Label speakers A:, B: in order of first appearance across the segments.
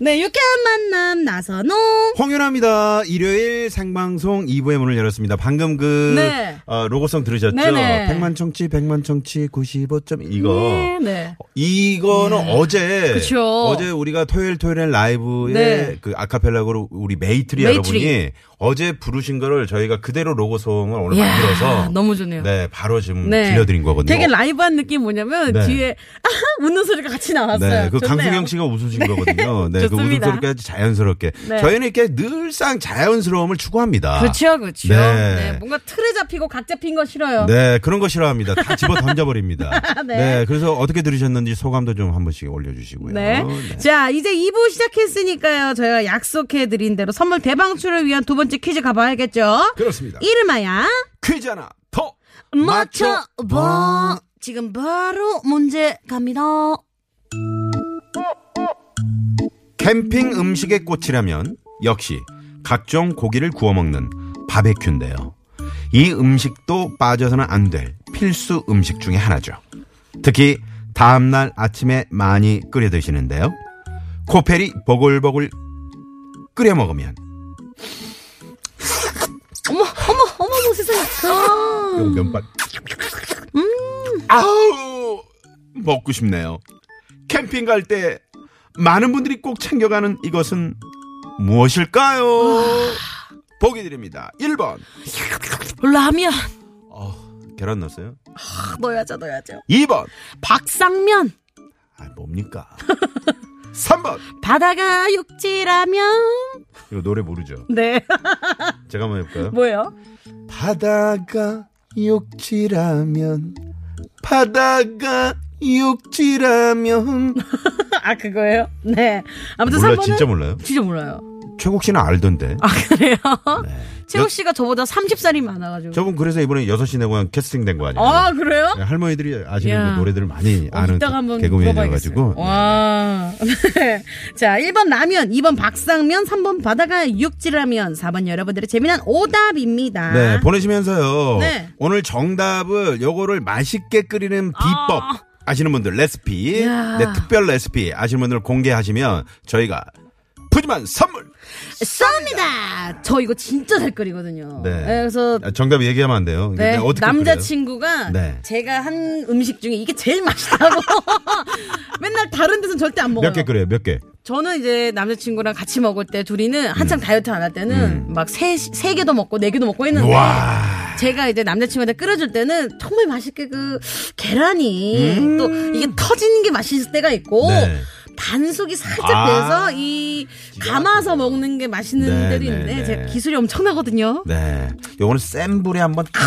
A: 네, 유쾌한 만남 나선홍.
B: 홍윤아입니다. 일요일 생방송 2부의 문을 열었습니다. 방금 그
A: 네.
B: 어, 로고송 들으셨죠?
A: 네네.
B: 100만 청취, 100만 청취, 95점 이거.
A: 네, 네.
B: 어, 이거는 어제
A: 그쵸.
B: 어제 우리가 토요일 토요일에 라이브에
A: 네.
B: 그 아카펠라고로 우리 메이트리,
A: 메이트리.
B: 여러분이 어제 부르신 거를 저희가 그대로 로고송을 오늘
A: 이야,
B: 만들어서
A: 너무 좋네요.
B: 네, 바로 지금
A: 네.
B: 들려드린 거거든요.
A: 되게 라이브한 느낌 뭐냐면
B: 네.
A: 뒤에 아하 웃는 소리가 같이 나왔어요.
B: 네, 그
A: 좋네요.
B: 강수경 씨가 웃으신 거거든요. 네, 그
A: 좋습니다.
B: 웃음소리까지 자연스럽게.
A: 네.
B: 저희는 이렇게 늘상 자연스러움을 추구합니다.
A: 그렇죠, 그렇죠. 네.
B: 네.
A: 뭔가 틀에 잡히고 각 잡힌 거 싫어요.
B: 네, 그런 거 싫어합니다. 다 집어 던져버립니다.
A: 네.
B: 네. 그래서 어떻게 들으셨는지 소감도 좀 한 번씩 올려주시고요.
A: 네. 자, 이제 2부 시작했으니까요. 저희가 약속해드린 대로 선물 대방출을 위한 두 번째 퀴즈 가봐야겠죠.
B: 그렇습니다.
A: 이름하야.
B: 퀴즈 하나 더!
A: 맞춰봐. 지금 바로 문제 갑니다.
B: 캠핑 음식의 꽃이라면 역시 각종 고기를 구워 먹는 바베큐인데요. 이 음식도 빠져서는 안 될 필수 음식 중에 하나죠. 특히 다음날 아침에 많이 끓여 드시는데요. 코펠이 보글보글 끓여 먹으면
A: 어머, 어머, 어머, 어머, 세상에. 아.
B: 요 음. 면발.
A: 음.
B: 아우 먹고 싶네요. 캠핑 갈 때 많은 분들이 꼭 챙겨가는 이것은 무엇일까요?
A: 아.
B: 보기 드립니다. 1번 어,
A: 라면.
B: 계란 넣었어요.
A: 아, 넣어야죠, 넣어야죠.
B: 2번
A: 박상면.
B: 아 뭡니까? 3번
A: 바다가 육지라면.
B: 이거 노래 모르죠.
A: 네.
B: 제가 한번 해볼까요?
A: 뭐예요?
B: 바다가 육지라면 바다가 육지라면
A: 아, 그거예요? 네. 아무튼
B: 몰라
A: 3번은
B: 진짜 몰라요.
A: 진짜 몰라요.
B: 최국 씨는 알던데.
A: 아, 그래요? 최욱 씨가 저보다 30살이 많아가지고.
B: 네. 저분 그래서 이번에 6시 내고향 캐스팅 된 거 아니에요?
A: 아, 그래요?
B: 네, 할머니들이 아시는
A: 야.
B: 그 노래들을 많이
A: 어,
B: 아는
A: 이따가 한번
B: 개그맨이어가지고.
A: 물어봐야겠어요. 와. 네. 자, 1번 라면, 2번 박상면, 3번 바다가 육지라면, 4번 여러분들의 재미난 오답입니다.
B: 네, 보내시면서요.
A: 네.
B: 오늘 정답을 요거를 맛있게 끓이는 비법 아시는 분들 레시피,
A: 아. 야.
B: 네, 특별 레시피 아시는 분들 공개하시면 저희가 푸짐한 선물.
A: 쏩니다! 저 이거 진짜 잘 끓이거든요.
B: 네.
A: 그래서
B: 아, 정답 얘기하면 안 돼요.
A: 어. 네,
B: 근데 어떻게
A: 남자친구가
B: 네.
A: 제가 한 음식 중에 이게 제일 맛있다고 맨날 다른 데서는 절대 안 먹어요.
B: 몇개 그- 끓여요? 몇 개?
A: 저는 이제 남자친구랑 같이 먹을 때 둘이는
B: 음.
A: 한참 다이어트 안 할 때는 막 세, 세 개도 먹고 네 개도 먹고 했는데
B: 와.
A: 제가 이제 남자친구한테 끓여줄 때는 정말 맛있게 그 계란이 또 이게 터지는 게 맛있을 때가 있고
B: 음. 네.
A: 반숙이 살짝
B: 아.
A: 돼서 이 감아서 먹는 게 맛있는
B: 네,
A: 데도
B: 네,
A: 있는데
B: 네.
A: 제가 기술이 엄청나거든요.
B: 네. 요거는 센 불에 한번 탁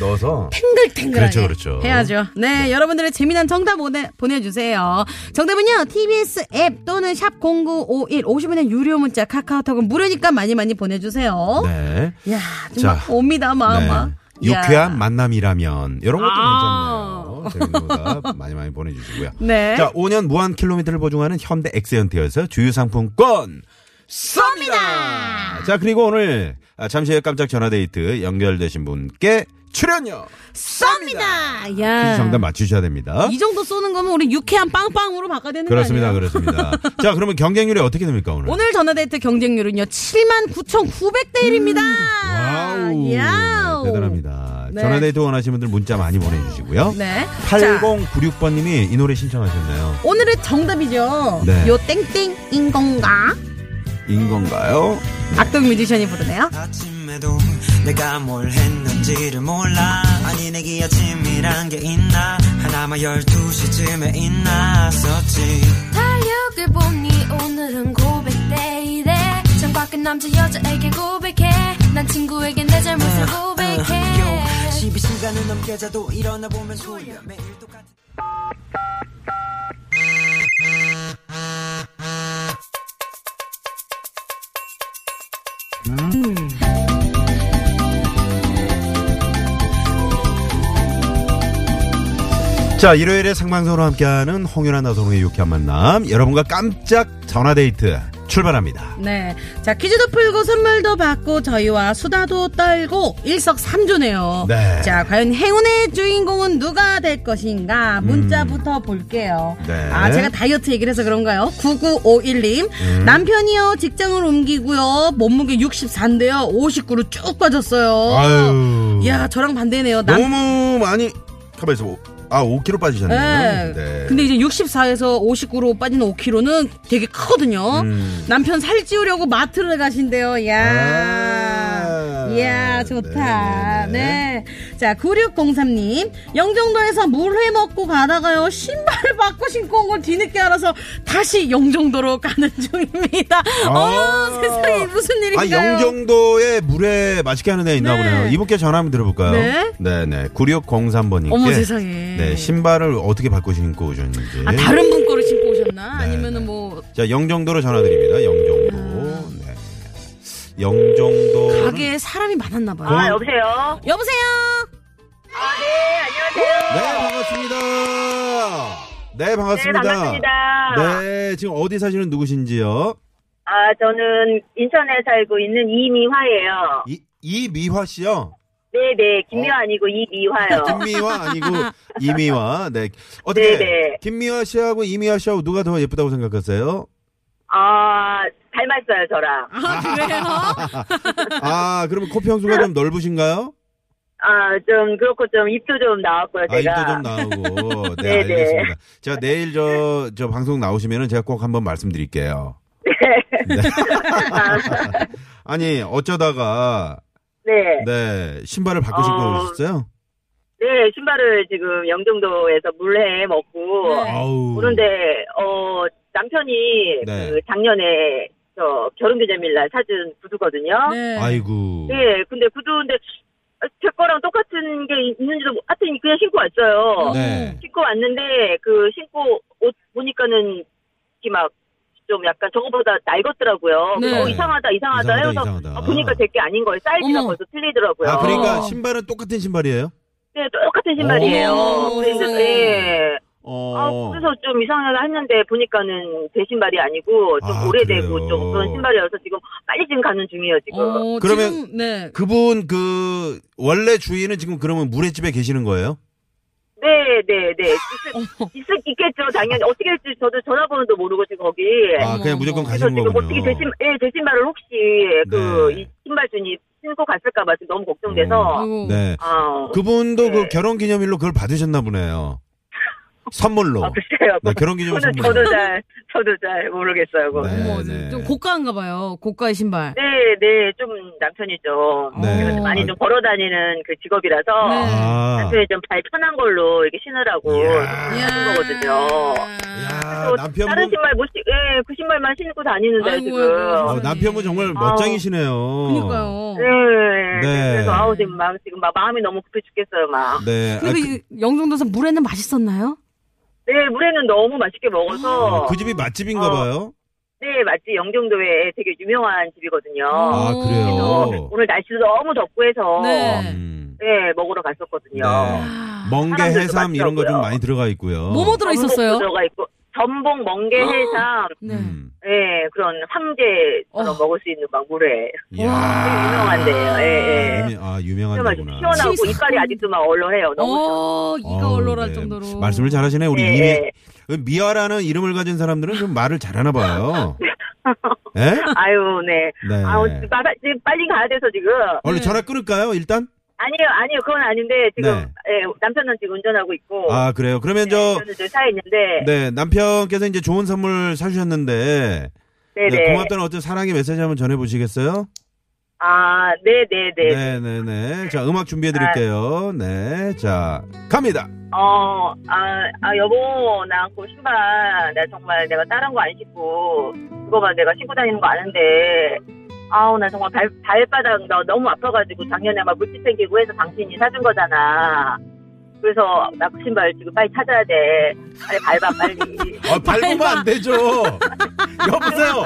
B: 넣어서
A: 탱글탱글하게
B: 그렇죠, 그렇죠.
A: 해야죠. 네, 여러분들의 재미난 정답 보내, 보내주세요. 정답은요, TBS 앱 또는 샵0951 50원의 유료 문자 카카오톡은 무료니까 많이 많이 보내주세요.
B: 네.
A: 이야, 정말
B: 자,
A: 옵니다,
B: 네.
A: 마마.
B: 유쾌한 만남이라면 이런 것도
A: 아.
B: 괜찮네요. 재밌는 거다. 많이 많이 보내주시고요.
A: 네.
B: 자, 5년 무한 킬로미터를 보증하는 현대 엑세언트에서 주유 상품권 쏩니다. 자, 그리고 오늘 아, 잠시 후에 깜짝 전화 데이트 연결되신 분께 출연료
A: 쏩니다!
B: 퀴즈
A: 야.
B: 정답 맞추셔야 됩니다.
A: 네. 이 정도 쏘는 거면 우리 유쾌한 빵빵으로 바꿔야 되는
B: 그렇습니다,
A: 거 아니에요?
B: 그렇습니다. 자, 그러면 경쟁률이 어떻게 됩니까 오늘?
A: 오늘 전화데이트 경쟁률은요, 79,900대 1입니다.
B: 음. 와우,
A: 야우.
B: 네, 대단합니다.
A: 네.
B: 전화 데이트 원하시는 분들 문자 많이 보내주시고요.
A: 네. 자.
B: 8096번님이 이 노래 신청하셨네요.
A: 오늘의 정답이죠.
B: 네.
A: 요 땡땡인 건가?
B: 인 건가요?
A: 악동 뮤지션이 부르네요.
C: 아침에도 내가 뭘 했는지를 몰라 아니 내게 아침이란 게 있나 하나만 12시쯤에 있나었지
D: 달력을 보니 오늘은 고백데이래 정밖에 남자 여자에게 고백해 난 친구에게 내 잘못을
C: 어,
D: 고백해
C: 12시간을 넘게 자도 일어나 보면 졸려 매일 똑같은
B: 자, 일요일에 생방송으로 함께하는 홍윤아 나선홍의 유쾌한 만남. 여러분과 깜짝 전화데이트 출발합니다.
A: 네. 자, 퀴즈도 풀고 선물도 받고 저희와 수다도 떨고 일석삼조네요.
B: 네.
A: 자, 과연 행운의 주인공은 누가 될 것인가? 문자부터 볼게요.
B: 네.
A: 아, 제가 다이어트 얘기를 해서 그런가요? 9951님.
B: 음.
A: 남편이요. 직장을 옮기고요. 몸무게 64인데요. 59로 쭉 빠졌어요.
B: 아유.
A: 야, 저랑 반대네요. 남
B: 너무 많이 가만있어. 오- 아, 5kg 빠지셨네요.
A: 네. 근데 이제 64에서 59로 빠진 5kg는 되게 크거든요.
B: 음.
A: 남편 살찌우려고 마트를 가신대요. 야.
B: 아.
A: 이야, 좋다.
B: 네,
A: 네. 자, 9603님. 영종도에서 물회 먹고 가다가요. 신발을 바꿔 신고 온 걸 뒤늦게 알아서 다시 영종도로 가는 중입니다.
B: 아.
A: 어머, 세상에 무슨
B: 아,
A: 일인가요?
B: 영종도에 물에 맛있게 하는 애 있나
A: 네.
B: 보네요. 이분께 전화 한번 드려볼까요?
A: 네.
B: 네네. 9603번님께.
A: 어머, 세상에.
B: 네, 신발을 어떻게 바꿔 신고 오셨는지.
A: 아, 다른 분 거를 신고 오셨나?
B: 네,
A: 아니면은
B: 네.
A: 뭐
B: 자, 영종도로 전화드립니다. 영종도. 네. 영종도.
A: 가게에 사람이 많았나 봐요.
E: 아, 여보세요?
A: 여보세요.
E: 아, 네, 안녕하세요.
B: 네, 반갑습니다. 네, 반갑습니다.
E: 네, 반갑습니다.
B: 네, 지금 어디 사시는 누구신지요?
E: 아, 저는 인천에 살고 있는 이미화예요.
B: 이, 이미화 씨요?
E: 네, 네, 김미화
B: 어?
E: 아니고 이미화요.
B: 김미화 아니고 이미화. 네. 어떻게
E: 네, 네.
B: 김미화 씨하고 이미화 씨하고 누가 더 예쁘다고 생각하세요?
E: 아, 닮았어요, 저랑.
A: 아, 그래요?
B: 아, 그러면 코 평수가 좀 넓으신가요?
E: 아, 좀 그렇고 좀 입도 좀 나왔고요,
B: 아,
E: 제가.
B: 입도 좀 나오고. 네,
E: 네, 네.
B: 알겠습니다. 제가 내일 저, 저 방송 나오시면은 제가 꼭 한번 말씀드릴게요. 네. 아니, 어쩌다가,
E: 네.
B: 네, 신발을 바꿔 신고
E: 어,
B: 오셨어요?
E: 네, 신발을 지금 영종도에서 물회 먹고
A: 네.
B: 아우.
E: 그런데 어, 남편이
B: 네.
E: 그 작년에 저 결혼기념일 날 사준 구두거든요.
A: 네.
B: 아이고.
E: 네, 근데 구두인데 제 거랑 똑같은 게 있는지도 모- 하여튼 그냥 신고 왔어요.
B: 네.
E: 신고 왔는데 그 신고 옷 보니까는 막 좀 약간 저거보다 낡았더라고요.
A: 네.
E: 그래서 어, 이상하다, 이상하다
B: 이상하다,
E: 해서
B: 이상하다.
E: 아, 보니까 제 게 아닌 거예요. 사이즈가
A: 어머.
E: 벌써 틀리더라고요.
B: 아, 그러니까
A: 어.
B: 신발은 똑같은 신발이에요?
E: 네, 똑같은 신발이에요.
A: 어머,
E: 그래서
A: 세상에.
E: 네.
B: 어.
E: 아, 그래서 좀 이상하다 했는데 보니까는 제 신발이 아니고 좀
B: 아,
E: 오래되고
B: 그래요?
E: 좀 그런 신발이어서 지금 빨리 지금 가는 중이에요. 지금.
A: 어,
B: 그러면-
A: 지금, 네.
B: 그분 그 원래 주인은 지금 그러면 물회집에 계시는 거예요?
E: 네, 네, 네. 있, 있, 있겠죠, 당연히. 어떻게 할지 저도 전화번호도 모르고 지금 거기.
B: 아
A: 어머,
B: 그냥 무조건
A: 어머.
E: 네. 그래서
B: 가시는
E: 지금
B: 거군요.
E: 어떻게 제, 신, 예, 제 신발을 혹시 그,
B: 네.
E: 이 신발준이 신고 갔을까봐 지금 너무 걱정돼서.
A: 아이고.
B: 네.
E: 아,
B: 그분도
E: 네.
B: 그 결혼 기념일로 그걸 받으셨나 보네요. 선물로.
E: 아, 글쎄요.
B: 네, 결혼 기념일
E: 저는,
B: 선물로.
E: 저도 잘, 저도 잘 모르겠어요. 그거.
B: 네,
A: 어머,
B: 네.
A: 좀 고가인가 봐요. 고가의 신발.
E: 네, 네, 좀 남편이 좀
B: 네.
E: 그래서 많이 좀 걸어 다니는 그 직업이라서
A: 네.
B: 아.
E: 남편이 좀 발 편한 걸로 이렇게 네, 신으라고
B: 이야.
E: 하는 거거든요.
B: 야,
E: 또 다른
B: 남편분
E: 신발 못 신, 예, 그 신발만 신고 다니는데
A: 아이고,
E: 지금.
B: 어,
A: 아이고.
B: 남편분 정말 멋쟁이시네요. 어.
A: 그니까요.
E: 네.
B: 네.
E: 그래서 아우 지금 막 지금 막 마음이 너무 급해 죽겠어요 막.
B: 네. 아,
A: 그리고
B: 그,
A: 이 영종도에서 물에는 맛있었나요?
E: 네 물에는 너무 맛있게 먹어서.
B: 그 집이 맛집인가
E: 어.
B: 봐요.
E: 네 맞지 영종도에 되게 유명한 집이거든요.
B: 아,
A: 음,
E: 그래서
B: 그래요.
E: 오늘 날씨도 너무 덥고 해서.
A: 네.
B: 음.
E: 네, 먹으러 갔었거든요.
B: 네. 멍게
E: 사람들도
B: 해삼 이런 거 좀
E: 많더라고요.
B: 많이 들어가 있고요.
A: 뭐뭐 들어
E: 전복도
A: 있었어요?
E: 들어가 있고 전복, 멍게,
B: 아.
E: 해삼,
A: 네.
B: 음.
E: 예, 그런 황제처럼
A: 어.
E: 먹을 수 있는 막 물에
A: 네.
B: 이야.
E: 유명한데요. 예, 예.
B: 유명, 아,
E: 그래서 막
B: 유명한데구나.
E: 시원하고
A: 치즈.
E: 이빨이 아직도 막 얼얼해요. 너무
A: 어, 이가
B: 어우,
A: 얼얼할
B: 네.
A: 정도로.
B: 말씀을 잘하시네. 우리
E: 예,
B: 이미 그
E: 예.
B: 미아라는 이름을 가진 사람들은 좀 말을 잘하나 봐요. 예?
E: 아유, 네.
B: 네. 어.
E: 아우, 지금 막- 지금 빨리 가야 돼서 지금.
B: 얼른 전화 끊을까요? 일단.
E: 아니요, 아니요, 그건 아닌데 지금
B: 네.
E: 예, 남편은 지금 운전하고 있고.
B: 아 그래요. 그러면 저
E: 저는 저 차에 있는데.
B: 네, 남편께서 이제 좋은 선물 사주셨는데 네,
E: 네, 네.
B: 고맙다는 어떤 사랑의 메시지 한번 전해보시겠어요?
E: 아, 네, 네, 네.
B: 네, 네, 네. 자 음악 준비해드릴게요. 네, 자 갑니다.
E: 어, 아, 아, 여보, 나 그 신발, 나 정말 내가 다른 거 안 신고, 그거만 내가 신고 다니는 거 아는데, 아우, 나 정말 발, 발바닥 나 너무 아파가지고 작년에 막 물집 생기고 해서 당신이 사준 거잖아. 그래서 나 그 신발 지금 빨리 찾아야 돼. 빨리 밟아, 빨리.
B: 아, 밟으면 안 되죠. 여보세요.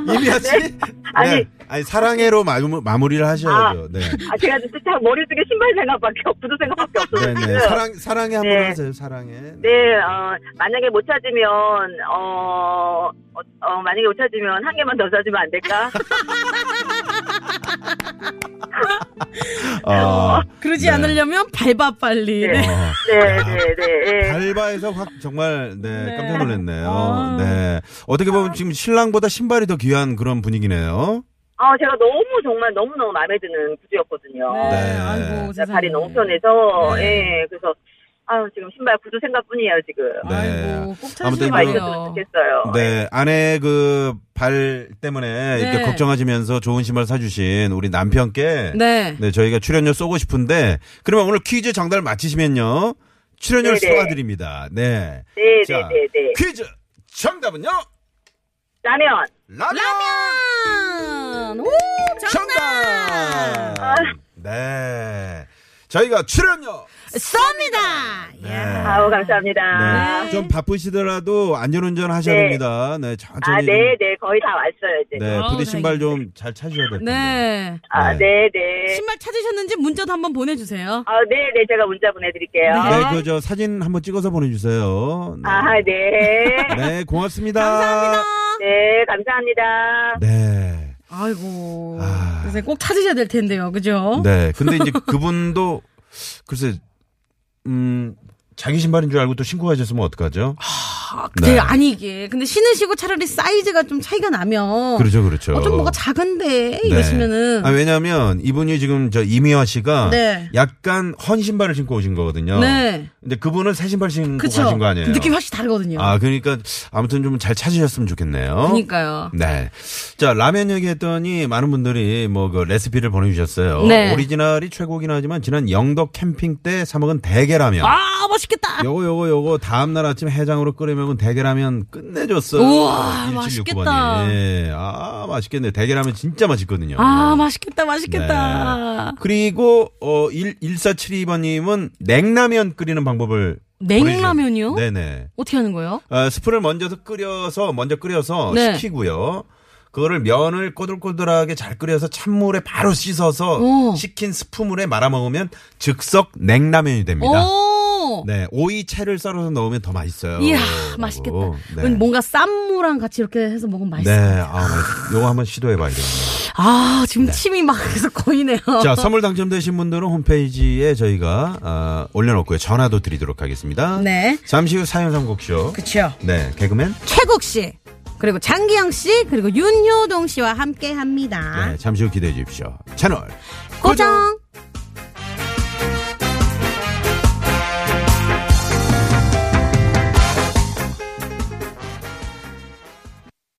B: 이미아 씨.
E: 아니,
B: 네. 아니 사랑해로 마무, 마무리를 하셔야죠. 네.
E: 아, 제가 진짜 참 머릿속에 신발 생각밖에, 없- 구두 생각밖에 없어서
B: 네네.
E: 지금.
B: 사랑 사랑해 한번
E: 네.
B: 하세요. 사랑해.
E: 네, 어, 만약에 못 찾으면, 어, 어, 어, 만약에 못 찾으면 한 개만 더 찾으면 안 될까?
B: 어,
A: 그러지
B: 네.
A: 않으려면 밟아 빨리.
E: 네.
A: 네.
B: 어.
E: 네, 네, 네. 예.
B: 발바에서 확 정말 네,
A: 네.
B: 깜짝 놀랐네요.
A: 아.
B: 네 어떻게 보면 지금 신랑보다 신발이 더 귀한 그런 분위기네요.
E: 아, 제가 너무 정말 너무너무 마음에 드는 구두였거든요.
A: 네.
B: 네.
A: 아이고,
E: 진짜
A: 세상에.
E: 발이 어, 너무 편해서,
B: 네.
E: 예, 그래서, 아유, 지금 신발 구두 생각뿐이에요, 지금.
B: 네.
A: 아이고, 꼭
B: 아무튼
E: 신발
B: 이거는-
E: 있었으면
A: 찾으시고요.
E: 좋겠어요.
B: 네 아내 그 발 때문에
E: 네.
B: 이렇게 걱정하시면서 좋은 신발 사주신 우리 남편께 네.
A: 네.
B: 저희가 출연료 쏘고 싶은데 그러면 오늘 퀴즈 정답을 맞히시면요 출연료를
E: 네네.
B: 쏘아드립니다. 네.
E: 네,
B: 자.
E: 네, 네, 네.
B: 퀴즈 정답은요
E: 라면.
B: 라면.
A: 라면! 오! 정답!
B: 정답. 네 저희가 출연료
A: 쏩니다!
B: 네.
E: 아우, 감사합니다.
B: 네. 좀 바쁘시더라도 안전운전 하셔야
E: 네.
B: 됩니다. 네, 천천히.
E: 아,
B: 좀-
E: 네, 네. 거의 다 왔어요, 이제.
B: 네,
A: 아우,
B: 부디 신발 좀
A: 다행이네.
B: 잘 찾으셔야 될 텐데.
A: 네.
E: 아, 네, 네.
A: 신발 찾으셨는지 문자도 한번 보내주세요.
E: 아, 네, 네. 제가 문자 보내드릴게요.
A: 아.
B: 네, 그 저 사진 한번 찍어서 보내주세요. 네.
E: 아, 네.
B: 네, 고맙습니다.
A: 감사합니다.
E: 네, 감사합니다.
B: 네,
A: 아이고.
B: 아.
A: 그래서 꼭 찾으셔야 될 텐데요. 그죠?
B: 네. 근데 이제 그분도 글쎄, 음, 자기 신발인 줄 알고 또 신고하셨으면 어떡하죠?
A: 아,
B: 네.
A: 네. 아니, 이게. 근데 신으시고 차라리 사이즈가 좀 차이가 나면.
B: 그렇죠, 그렇죠.
A: 어, 좀 뭐가 작은데? 이러시면은.
B: 아, 왜냐면 이분이 지금 저 이미화 씨가
A: 네.
B: 약간 헌 신발을 신고 오신 거거든요.
A: 네.
B: 근데 그분은 새 신발 신고
A: 그쵸.
B: 가신 거 아니에요?
A: 느낌이 훨씬 다르거든요.
B: 아, 그러니까 아무튼 좀 잘 찾으셨으면 좋겠네요.
A: 그러니까요.
B: 네. 자, 라면 얘기했더니 많은 분들이 뭐 그 레시피를 보내주셨어요.
A: 네.
B: 오리지널이 최고긴 하지만 지난 영덕 캠핑 때 사먹은 대게라면.
A: 아, 맛있겠다!
B: 요거, 요거, 요거 다음날 아침 해장으로 끓여 먹은 대게라면 끝내줬어요.
A: 우와,
B: 1769 번이.
A: 맛있겠다.
B: 예. 아, 맛있겠네. 대게라면 진짜 맛있거든요.
A: 아, 맛있겠다, 맛있겠다.
B: 네. 그리고 어 1, 1472번님은 냉라면 끓이는 방법을
A: 냉라면이요?
B: 네. 보내주셨- 네네.
A: 어떻게 하는 거예요?
B: 어, 스프를 먼저 끓여서 먼저 끓여서
A: 네.
B: 식히고요. 그거를 면을 꼬들꼬들하게 잘 끓여서 찬물에 바로 씻어서
A: 오.
B: 식힌 스프물에 말아 먹으면 즉석 냉라면이 됩니다.
A: 오!
B: 네, 오이 채를 썰어서 넣으면 더 맛있어요.
A: 이야,
B: 라고.
A: 맛있겠다.
B: 네.
A: 음, 뭔가 쌈무랑 같이 이렇게 해서 먹으면
B: 네,
A: 맛있어.
B: 아, 맛있- 요거 한번 시도해 봐야 돼요.
A: 아, 지금 침이 막 계속 고이네요.
B: 네. 자, 선물 당첨되신 분들은 홈페이지에 저희가 아, 올려놓고요. 전화도 드리도록 하겠습니다.
A: 네.
B: 잠시 후 사연 선곡쇼.
A: 그쵸.
B: 네, 개그맨.
A: 최국 씨, 그리고 장기영 씨, 그리고 윤효동 씨와 함께 합니다.
B: 네, 잠시 후 기대해 주십시오. 채널
A: 고정.